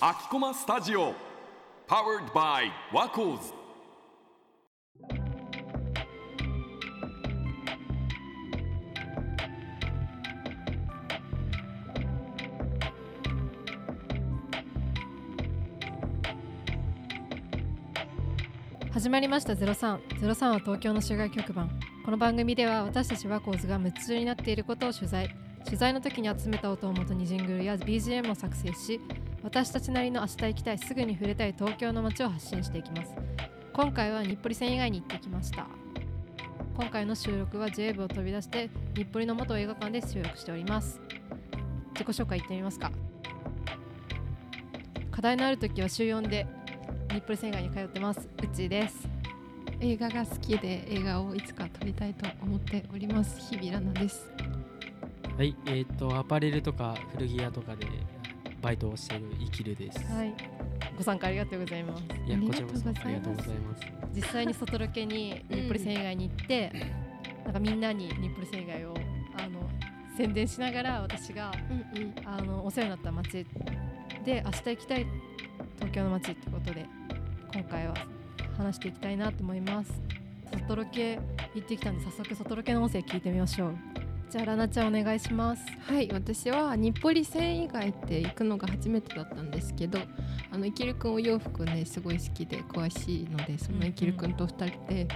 アキコマスタジオ Powered by ワコーズ始まりました0303は東京の市外局番この番組では私たちワコーズが夢中になっていることを取材取材の時に集めた音をもとにジングルや BGM を作成し私たちなりの明日行きたいすぐに触れたい東京の街を発信していきます今回は日暮里線以外に行ってきました今回の収録は j 部を飛び出して日暮里の元映画館で収録しております自己紹介いってみますか課題のある時は週4で日暮里線以外に通ってますうっちーです映画が好きで映画をいつか撮りたいと思っております日々ラナですはい、えっ、と、アパレルとか古着屋とかでバイトをしている生きるです。、はいい。ご参加ありがとうございます。や、ありこがちとらこうそございますありがとうございます。実際に外ロケにうん日暮里線以外に行って、なんかみんなに日暮里線以外をあの宣伝しながら私がうんうんあのお世話になった街で明日行きたい東京の街ってことで今回は話していきたいなと思います。外ロケ行ってきたんで早速外ロケの音声聞いてみましょう。じゃあラナちゃんお願いします。はい私は日暮里線以外って行くのが初めてだったんですけどあのいきるくんお洋服ねすごい好きで詳しいのでそのいきるくんと2人で、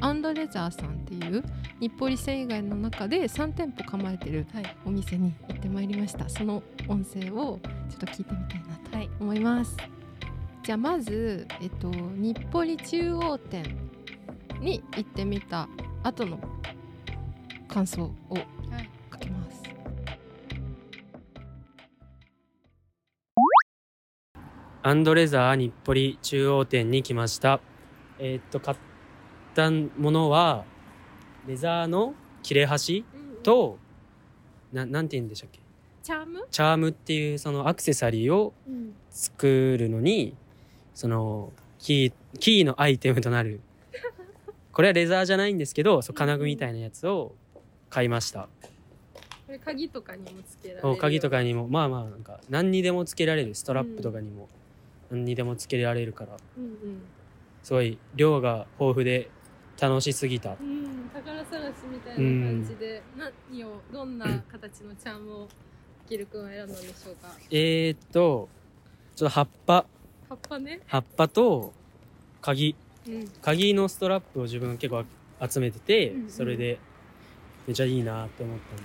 アンドレザーさんっていう日暮里線以外の中で3店舗構えてるはいお店に行ってまいりましたその音声をちょっと聞いてみたいなとはい思いますじゃあまず、えっと、日暮里中央店に行ってみた後の感想をはいかけますアンドレザー日暮里中央店に来ました。えっ、と、買ったものは、レザーの切れ端と、ななんて言うんでしたっけチャーム、チャームっていうそのアクセサリーを作るのに、そのキー、キーのアイテムとなる。これはレザーじゃないんですけど、そう金具みたいなやつを買いました。これ鍵とかにもつけらそう鍵とかにも、まあまあ、なんか何にでもつけられる。ストラップとかにも、何にでもつけられるから、うんすごい量が豊富で楽しすぎた。うん、宝探しみたいな感じで、何をどんな形のチャームをキル君は選んだんでしょうかえー、っと、ちょっと葉っぱ、葉っぱね、葉っぱと鍵。うん、鍵のストラップを自分結構集めてて、うんうんそれでめちゃいいなって思ったんで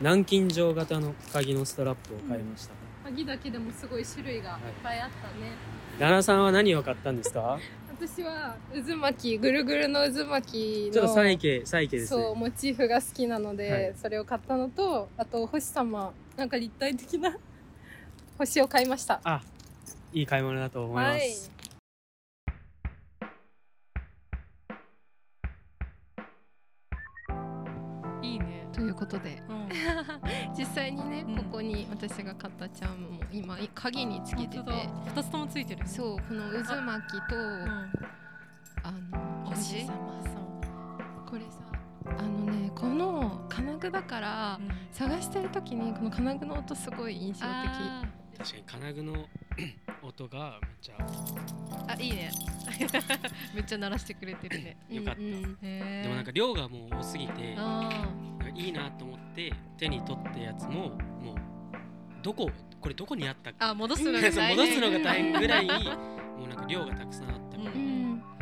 南京錠型の鍵のストラップを買いました、鍵だけでもすごい種類がいっぱいあったね、ラナさんは何を買ったんですか私は渦巻きぐるぐるの渦巻きのちょっとサイケサイケですねそうモチーフが好きなので、はいそれを買ったのとあと星様なんか立体的な 星を買いましたあいい買い物だと思います、はいいいね。ということで うん。実際にね、うんここに私が買ったチャームも今鍵につけてて二つともついてるう。そうこの渦巻きとあの星星様これさあのねこの金具だから探してる時にこの金具の音すごい印象的確かに金具の 音がめっちゃあいいね めっちゃ鳴らしてくれてるね良かったうんうんへでもなんか量がもう多すぎてなんかあいいなと思って手に取ったやつももうどここれどこにあったっけー あ戻すのが戻大変すのが大変ぐらいもうなんか量がたくさんあったから、う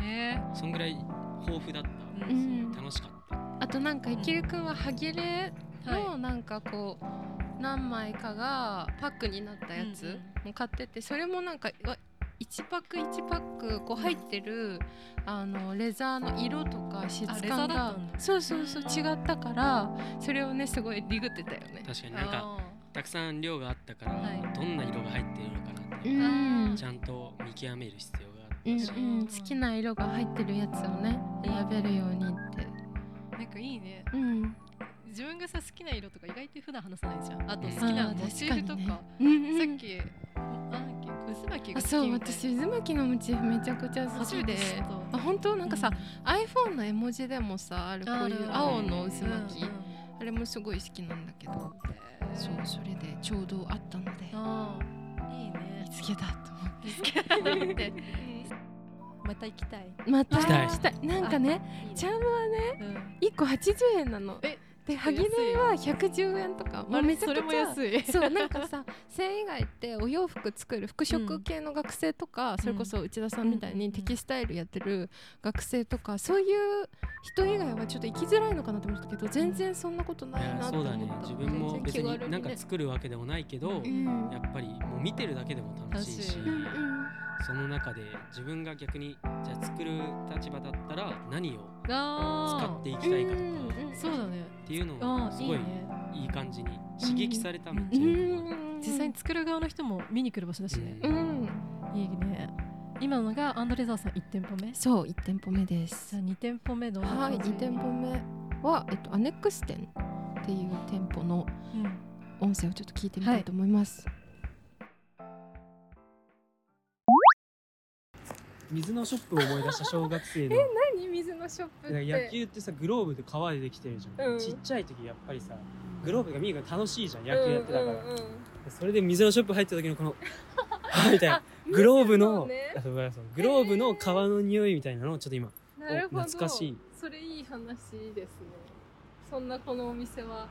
へそんぐらい豊富だった、ーううんん楽しかったあとなんかういんきるくんはハギレはいのなんかこう、何枚かがパックになったやつも買っててそれもなんかわ1パック1パックこう入ってる、あのレザーの色とか質レザーだっ感がたんだそうそうそう違ったからそれをねすごいディグってたよね。確かになんかたくさん量があったから、はいどんな色が入ってるのかなって、うんちゃんと見極める必要があうんったし、うん、好きな色が入ってるやつをね選べるようにって、なんかいいねうん、自分がさ好きな色とか意外と普段話さないじゃんあとうん好きなあーモチーフとか確かにねうんうんさっきなんだっけ渦巻きあが好きみたいなそう私渦巻きのモチーフめちゃくちゃ好初きめてで知ったあ本当なんかさう、 iPhone の絵文字でもさあるこあうるいうある青の渦うん巻き、うんあれもすごい好きなんだけど、へそうそれでちょうどあったのであいいね見つけたと思ってまた行きたいまた行きたい行きたいなんかねいいねチャームはねうん1個80円なのえで歯切れは110円とかもあうれめちゃそくちゃれも安い そうなんかさ繊維街ってお洋服作る服飾系の学生とか、それこそ内田さんみたいにテキスタイルやってる学生とか、そういう人以外はちょっと生きづらいのかなと思ったけど全然そんなことないいやなとそう思っただね自分も別になんか作るわけでもないけど、うんやっぱりもう見てるだけでも楽しいし楽しいうんうんその中で自分が逆にじゃあ作る立場だったら何を 使あっていきたいかとかうんうんそうだねっていうのあをあすいいごいねいい感じに刺激されためっうちゃいいなと思ってん実際に作る側の人も見に来る場所だしね、うんいいね今のがアンドレザーさん1店舗目じそう1店舗目ですゃあ2店舗目どんなはい感じ2店舗目は、えっと、アネックス店っていう店舗のうん音声をちょっと聞いてみたいと思います、水のショップを思い出した小学 生の何水のショップなんか野球ってさグローブと革でできてるじゃん、うんちっちゃい時やっぱりさグローブが見るのが楽しいじゃん野球やってたから、うんうんうんそれで水のショップ入った時のこ のはぁみたいなグローブの、水のねあそうごめんなさいグローブの革の匂いみたいなのをちょっと今なるほど懐かしいそれいい話ですねそんなこのお店は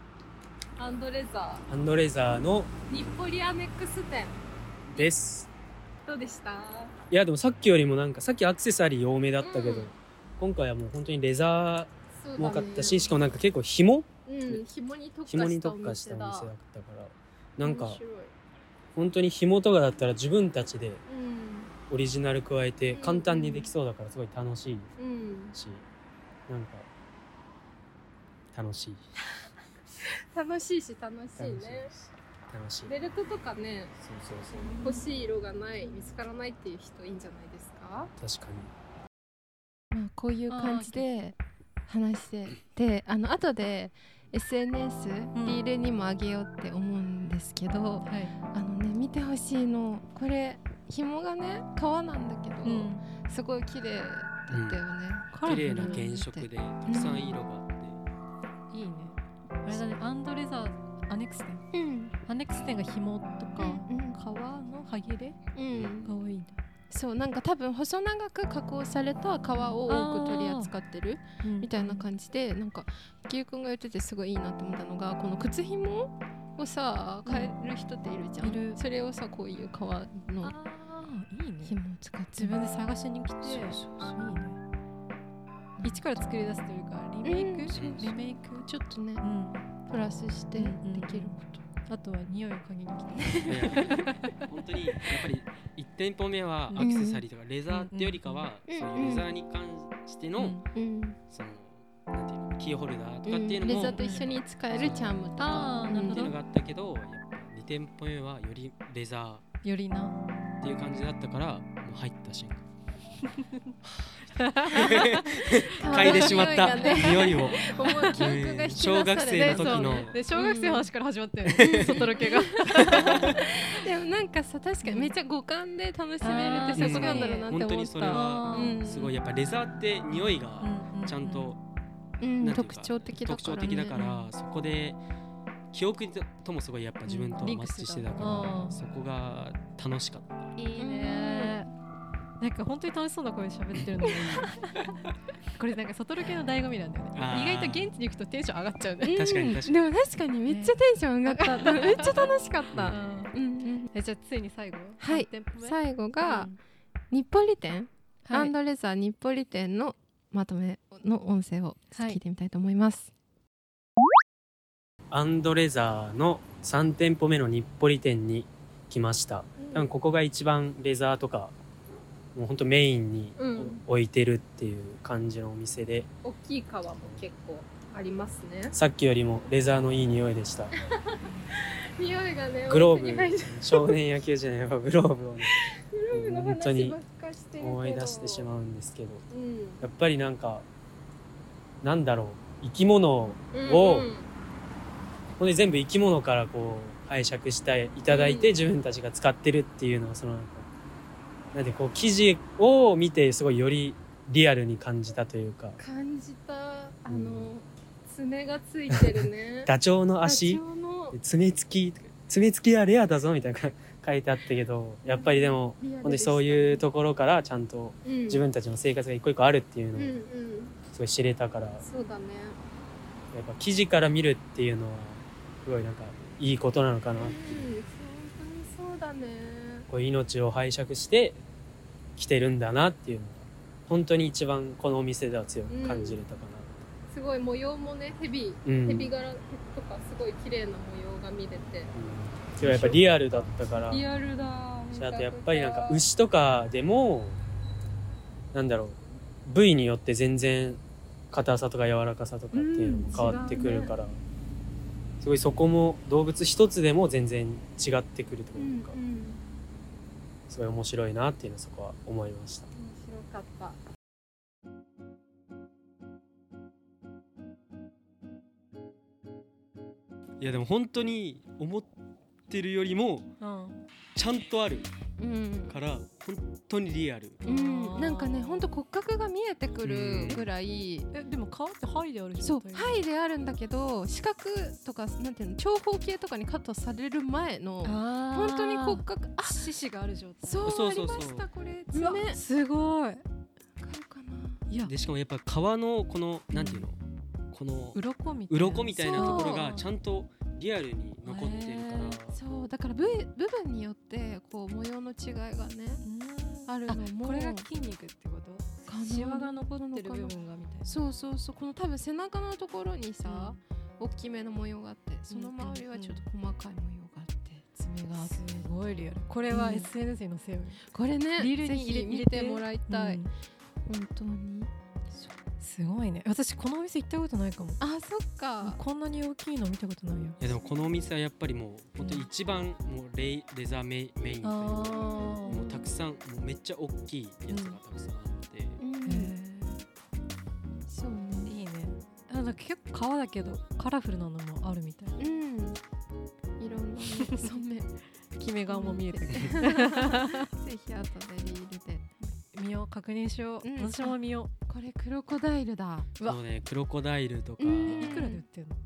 アンドレザハンドレザーのー日暮里アネックス店ですどうでしたいやでもさっきよりもなんかさっきアクセサリー多めだったけど、うん今回はもう本当にレザそうーだねも多かったし、しかもなんか結構紐うん、紐に特化した紐おに店だ特化したお店だったからなんか面白い本当に紐とかだったら自分たちでうオリジナル加えてうん簡単にできそうだからすごい楽しいんうんしなんか楽しい 楽しいし楽楽ししいいね楽しいベルトとかねそうそう欲しい色がない見つからないっていう人いいんじゃないですかそう確かにまあ、こういう感じで話してであの後で SNS うんリールにもあげようって思うんですけど、はい、あのね見てほしいのこれ紐がね革なんだけど、うん、すごい綺麗だったよね、綺麗な原色でたくさん色があって、いいねあれだねアンドレザーアネックス店うんアネックス店が紐とか、うん革の歯切れうんが多いんだ、そうなんか多分細長く加工された革を多く取り扱ってるみたいな感じでなんか池江君が言っててすごいいいなと思ったのがこの靴ひもをさうん買える人っているじゃん、いるそれをさこういう革あのあいいね紐を使って自分で探しに来てそうそうそういいね一から作り出すというかリメイク、うんそうそうリメイクちょっとねうんプラスしてうでんうんうんきること、あとは匂いを嗅ぎに来ていやいや本当にやっぱり1店舗目はアクセサリーとかレザーってよりかは、うんそういうレザーに関しての、うんうんそのなんていうのキーホルダーとかっていうのレも、ザっーとて一緒に使えるチャームとかあーなるほいうどのがあったけどやっぱ2店舗目はよりレザよりなーっていう感じだったからもう入った瞬間 嗅いでしまった匂いがね匂いを思う記憶が引き出されて小学生の時ので小学生の話から始まったよね、外ロ ケがでもなんかさ確かにめっちゃ五感で楽しめるあっーてさすがなんだろうなって思った本当にそれはうんすごいやっぱレザーって匂いがちゃんと、うんなんていうか特徴的だから、ね、特徴的だからそこで記憶ともすごいやっぱ自分とうんリンマクッしてチたしてたあからーそこが楽しかったいいねなんか本当に楽しそうな声で喋ってるの がいいねこれなんか外ロケの醍醐味なんだよねあー意外と現地に行くとテンション上がっちゃううね、ん確かに確かにでも確かにめっちゃテンション上がった、 めっちゃ楽しかった、うんうんえじゃあついに最後はい3店舗目最後が、うん日暮里店、はいアンドレザー日暮里店のまとめの音声を聞いてみたいと思います、アンドレザーの3店舗目の日暮里店に来ました多分ここが一番レザーとかもうほんとメインにうん置いてるっていう感じのお店で大きい川も結構ありますねさっきよりもレザーのいい匂いでした匂いがねグローブ少年野球時代はグローブをね本当にかして思い出してしまうんですけどう、んやっぱりなんかなんだろう生き物ををほんで全部生き物からこう拝借していただいてうん自分たちが使ってるっていうのはそのなんかなんでこう記事を見てすごいよりリアルに感じたというか感じたあうんの爪がついてるねダチョウのダチ足ョウので爪付き爪付きはレアだぞみたいな 書いてあったけどやっぱりでも本当にそういうところからちゃんと自分たちの生活が一個一個あるっていううんうのをんすごい知れたからやそうだねっぱ記事から見るっていうのはすごいなんかいいことなのかなうん本当にそうだねこう命を拝借して来てるんだなっていうのが本当に一番このお店では強く感じれたかすごい模様もねヘビな。うんヘビ柄とかすごい綺麗な模様が見れてうんでもやっぱリアルだったからリアルだああとやっぱりなんか牛とかでもなんだろう部位によって全然硬さとか柔らかさとかっていうのも変わってくるから、すごいそこも動物一つでも全然違ってくるとういんうか、うんすごい面白いなっていうのはそこは思いました。面白かったいやでも本当に思ってるよりもうんちゃんとあるうんから本当にリアルうん、なんかねほんと骨格が見えてくるぐらい、えでも皮って針であるじゃんそう範囲であるんだけど四角とかなんていうの長方形とかにカットされる前の本本当に骨格あ獅子がある状態そうそうあそりうそうましたこれう爪わわかるすごいかないやでしかもやっぱ皮のこのなんていうのこの鱗みたいな鱗みたいなところがそうちゃんとリアルに残ってるからそうだから部位部分によってこう模様の違いがねうんあるのもこれが筋肉ってこと可能シワが残ってる部分がみたいなそうそうそうこの多分背中のところにさ、大きめの模様があってその周りはちょっと細かい模様があって爪があってすごいリアルこれはうん SNS に載せようよこれねリールぜに入れひ入れ見ててもらいたい、うん本当にすごいね私このお店行ったことないかもあそっかこんなに大きいの見たことないよいやでもこのお店はやっぱりもう本当に一番もうレイレザーメインメインというかあーもうたくさんもうめっちゃ大きいやつがたくさんあって、うん、へーそうねいいねなんか結構皮だけどカラフルなのもあるみたいなうんいろんなね染めキメ顔も見え てくるぜひ後でリールで見よう確認しよう、うん私も見よこれクロコダイルだうわそうねクロコダイルとかうんういくらで売ってるの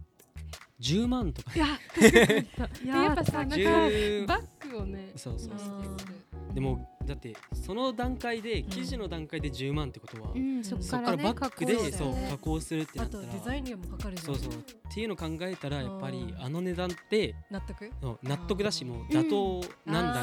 10万とかいやー やっぱさなんか10バッグをねそうそうあでもだってその段階で生地の段階で10万ってことは、うん、そそっっそこかからら,、ね、バック加工でしてそうね加工するってなあったとらデザインにもかかるじゃそんうそうっていうの考えたらやっぱりうんあの値段って納得の納得だしもう妥当なんだな、あー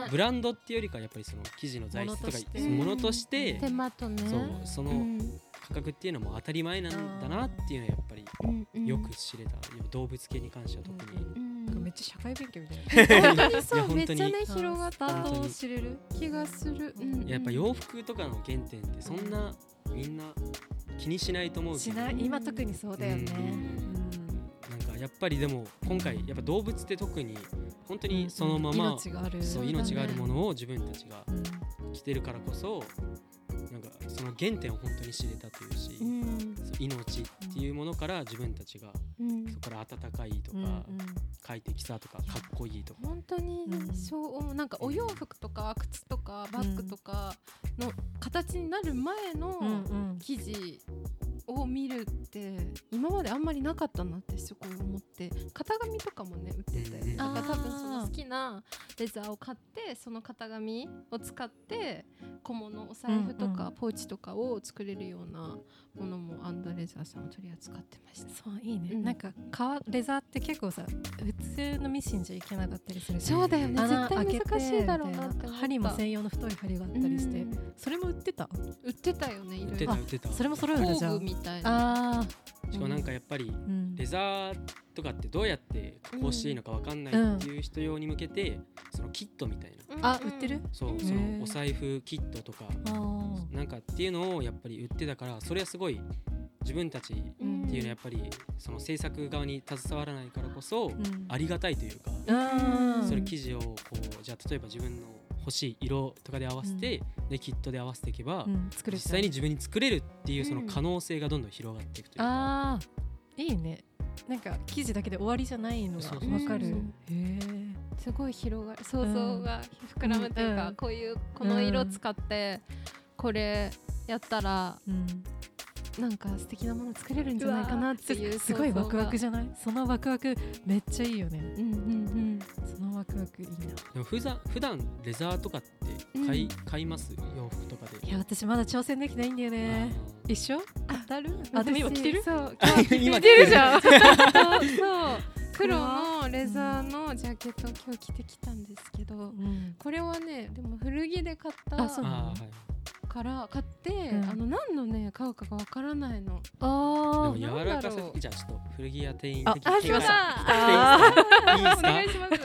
なあーブランドっていうよりかやっぱりその生地の材質と物かとしてそう物として手間とねそうそのうん価格っていうのも当たり前なんだなっていうのはやっぱりうんうんよく知れた動物系に関しては特にううんなんかめっちゃ社会勉強みたいな 本 当にいそやうめっ本ち当ゃにね広がっスタたート本当をに知れる気がする、うんうんやっぱ洋服とかの原点ってそんなみんな気にしないと思うけしどなない今特にそうだよねうんんかやっぱりでも今回やっぱ動物って特に本当うんにそのまま命があるそうそうだね命があるものを自分たちがうん着てるからこそなんかその原点を本当に知れたというし、うんそう命っていうものから自分たちがうんそこから温かいとか、うん快適さとかかっこいいとか本当にうんそう思うなんかお洋服とか靴とかバッグとかの形になる前のうんうん生地を見るって今まであんまりなかったなってすごい思って型紙とかもね売ってて、うんうんだから多分あーその好きなレザーを買ってその型紙を使って小物お財布とうんうかポーチとかを作れるようなものもアンドレザーさんを取り扱ってました。そういいね、うんなんか革レザーって結構さ普通のミシンじゃいけなかったりするじゃんそうだよね穴絶対開けて難しいだろうなって思っみたたいな針も専用の太い針があったりして、うんそれも売ってた売ってたよねい売ろっいてろた売ってたそれも揃えるんだ工じゃあ具みたいなあしかもなんかやっぱりーうんレザーとかってどうやって加工していいのかわかんないっていう人用に向けて、そのキットみたいなあ売ってるそううんそへーのお財布キットとかあーなんかっていうのをやっぱり売ってたからそれはすごい自分たちってうんいうのはやっぱりその制作側に携わらないからこそうんありがたいというか、うんそれ生地をこうじゃあ例えば自分の欲しい色とかで合わせて、でキットで合わせていけば、うん作れ実ちゃう際に自分に作れるっていうそのうん可能性がどんどん広がっていくというか、あーいいねなんか生地だけで終わりじゃないのがそうそうそうわかるうへんえすごい広がる想像が膨らむというか、うんこういうこの色使ってこれやったらうんなんか素敵なもの作れるんじゃないかなっていうすごいワクワクじじゃないそのワクワクめっちゃいいよねゃうんうんそのワクワクいいなでも普段普段レザーとかって買い,、買います洋服とかでいや私まだ挑戦できないんだよねあー一緒当たるあでも今着てる そう今今着着ててるるじゃんそう黒のレザーのジャケットを今日着てきたんですけどうんこれはねでも古着で買ったあそうあーはいから買って、うんあの何のね買うかがわからないのあでーも柔らかさなんだろうじゃあちょっと古着屋店員あ的あ来ましたあいいですかお願いします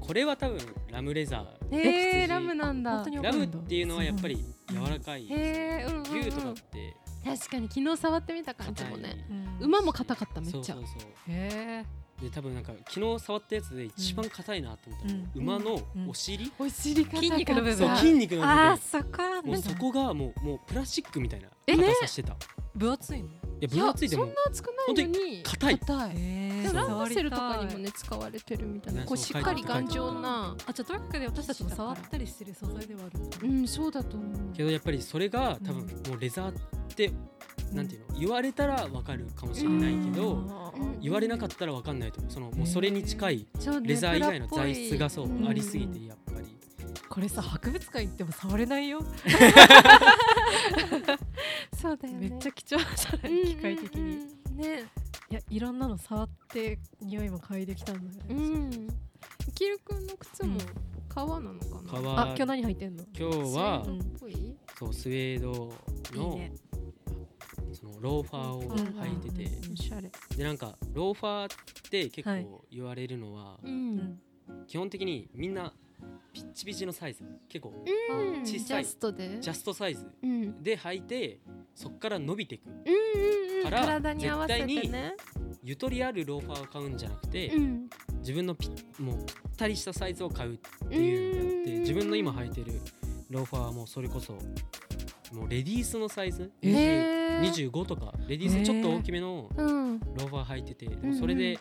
これは多分ラムレザえ羊ー、ラムなんだ本当にーわラかるムっんだていうのはやっぱり柔らかいですへーうんうんうんね牛とかって確かに昨日触ってみた感じ硬もいねうん馬も硬かっためっちそゃうそうそうへえで多分なんか昨日触ったやつで一番硬いなと思ったのが、うん馬のお尻、お尻硬かった筋肉の部分そうあ筋肉あーのそこ部分もうそこがもうもうプラスチックみたいなえね硬さしてた、分厚いのいやい分や厚いでそもんな厚くないのに本当に硬いえでラン触ドりセたいルとかにもね使われてるみたいなねこうそうしっかり書いてある頑丈なあじゃあとにかくで私たちも触ったりしてる素材ではあるんだうんそうだと思うけどやっぱりそれが多分うもうレザーって、なんていうの言われたら分かるかもしれないけど、うん言われなかったら分かんないと思うそのもうそれに近いそうねレザー以外の材質がそう、プラっぽいうんありすぎてやっぱりこれさ博物館行っても触れないよそうだよめねっちゃ貴重じゃない機械的にうんうんうんねいやいろんなの触って匂いも嗅いできたんだようねんキル君の靴も革なのかな革あ今日何履いてんの今日はスウェードっぽいそうスウェードのいいねそのローファーを履いてて、うんうんうんおしゃれでなんかローファーって結はい構言われるのは、うん基本的にみんなピッチピチのサイズ結構うん小ジさいャストでジャストサイズうんうんで履いてそっから伸びていくうんうんから体に合わせて絶ねゆとりあるローファーを買うんじゃなくて、うん自分のピッもうぴったりしたサイズを買うっていうのをやってうん自分の今履いてるローファーはもうそれこそもうレディースのサイズえー20 25とかレディースちょっと大きめのうんローファー履いてて、でもそれで、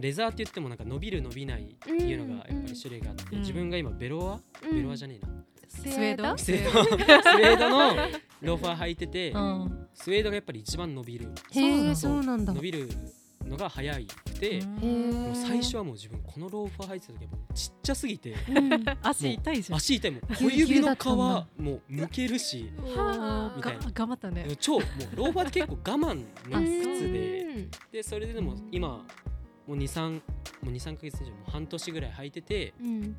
レザーって言ってもなんか伸びる伸びないっていうのがやっぱり種類があって、うん自分が今ベロワ、うんベロワじゃねえなススウェードスウェ ードスウェードのローファー履いてて、うんスウェードがやっぱり一番伸びるへえそうなんだ伸びるのが早くて、うんもう最初はもう自分このローファー履いてた時はもうちっちゃすぎ てうん足痛いじゃん足痛いもうぎゅ小うぎゅう指だのっ皮たんもだうむけるし はあみがたいな頑張ったね超もうローファーって結構我慢の靴でうんでそれででも今もう23もう23ヶ月以上もう半年ぐらい履いててうん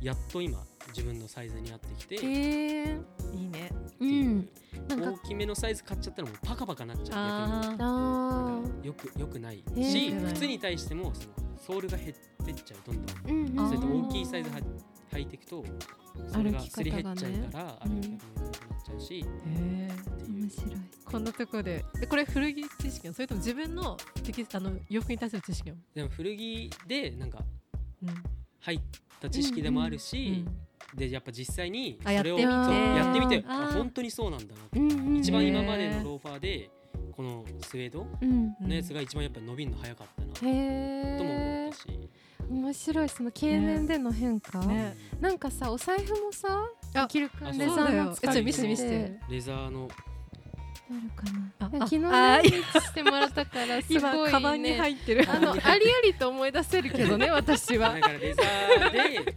やっと今自分のサイズに合ってきてっていうへえいいねうんなんか大きめのサイズ買っちゃったらもうパカパカなっちゃうあー逆あになんかよくよくないえーし良くない靴に対してもそのソールが減ってっちゃうどんどんーうんあーそれとで大きいサイズは履いていくとそれが歩きす方がりね減っちゃうからう歩んき方もなくなっちゃうしへーっていう面白いこんなとこでえこれ古着知識なのそれとも自分のテキスあの洋服に対する知識なのでも古着でなんかうん入った知識でもあるし、うんでやっぱ実際にあやそってみれをてそうやってみてあーあ本当にそうなんだなってうんうん一番今までへのーローファーでこのスウェードうんのやつが一番やっぱ伸びるの早かったなとへも思えったし、面白いその経年での変化、ねなんかさお財布もさああきるくんあレそうザそうだーよのえちょ使っいと見せて見せあるてレザーのかなああ昨日あねーリーチしてもらったからすごいね今カバンに入ってるあのありありと思い出せる けどね私はだからレザーで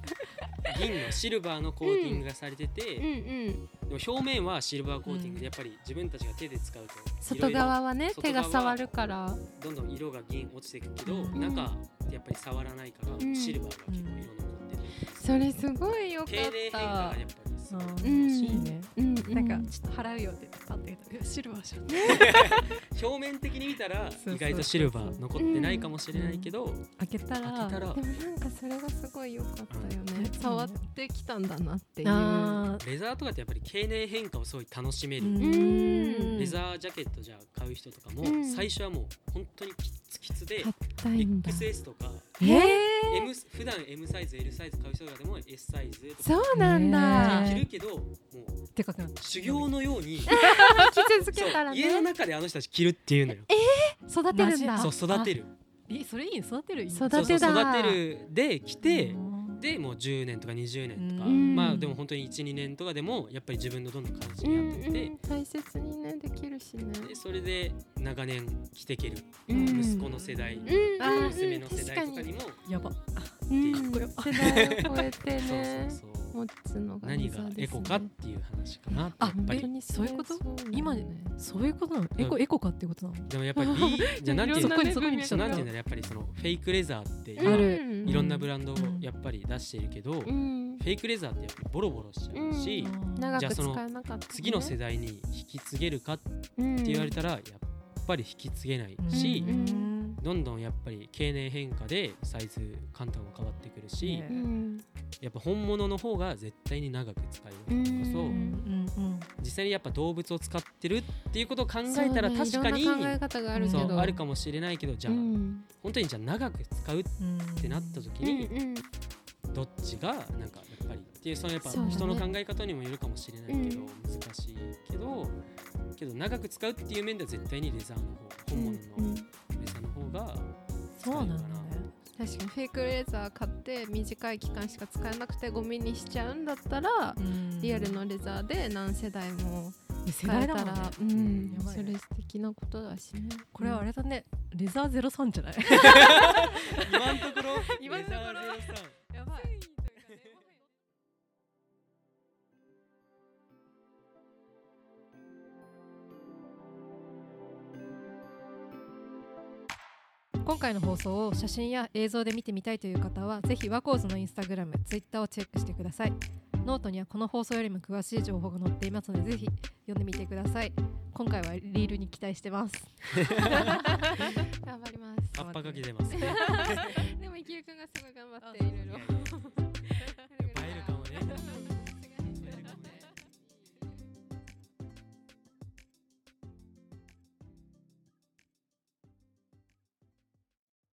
銀のシルバーのコーティングがされてて、うんうんでも表面はシルバーコーティングでやっぱり自分たちが手で使うと外側はね色々手が外側触はるからどんどん色が銀落ちていくけど、うん中ってやっぱり触らないから、んシルバーが結構色残ってて、それすごいよかっ経年変化がたやっぱりすごい、あうーんいいねうんうなんかちょっと払うよってパッて言ったらいやシルバーじゃん表面的に見たらそうそう意外とシルバー残ってないかもしれないけど、開けたら開けたらでもなんかそれがすごい良かったよねうん触ってきたんだなっていうあーレザーとかってやっぱり経年変化をすごい楽しめうる、んレザージャケットじゃあ買う人とかも、うん最初はもう本当にキツキツで、硬いんだ XS とかえー M 普段 M サイズ L サイズ買う人とかでも S サイズとかそうなんだね着るけど、もうでかくなった修行のように、着続そうけたら家のね中であの人たち着るっていうのよ、育てるんだマジそう育てるえそれいいね育てるいいね育てだそうそう育てるで着てうんでもう10年とか20年とか、うんまあでも本当に12年とかでもやっぱり自分のどんどん関う心んがあってうて、ん、大切にねできるしね。でそれで長年着てけるうん息子の世代、うん、あー娘の世代とかにも、やばうんかっこ世代を超えてそうねそうそう持つのが何理想ですね、がエコかっていう話かなってあやっぱえり本当にそういうことなんだよね今そういうことなのエコ、うんエコかっていうことなのでもやっぱりいいじゃあなんていうそのこにそこにそ来うたなんていうんだろうやっぱりそのフェイクレザーってうん今あるいろんなブラランドをやっぱり出しているけど、うフん、ェイクレザーってやっぱりボロボロしちゃうし、う長長くじゃあくその使えなかった、ね、次の世代に引き継げるかってって言われたらやっぱり引き継げないし、どんどんやっぱり経年変化でサイズ簡単は変わってくるし、ねうんやっぱ本物の方が絶対に長く使えうるんからこそ、うんうん実際にやっぱ動物を使ってるっていうことを考えたら確かにそうねいろんな考え方があるけそどうあるかもしれないけどじゃあ、うん本当にじゃあ長く使うっうんてなった時うんに、うんどっちがなんかやっぱりっていうそのやっぱそうだね人の考え方にもよるかもしれないけど、うん難しいけどけど長く使うっていう面では絶対にレザーの方本物のうんレザーの方がそうなんだね確かにフェイクレーザー買って短い期間しか使えなくてゴミにしちゃうんだったら、うんリアルのレザーで何世代もいや世変え代だたもんねら、ううんんやばいそねれ素敵なことだしねこれはあれだねレザーゼロ三じゃない今のところ 今のとレザーゼロさころんやばい今回の放送を写真や映像で見てみたいという方はぜひワコーズのインスタグラムツイッターをチェックしてくださいノートにはこの放送よりも詳しい情報が載っていますのでぜひ読んでみてください今回はリールに期待してます頑張ります葉っぱかけてますね。でも池江くんがすごい頑張っていろいろ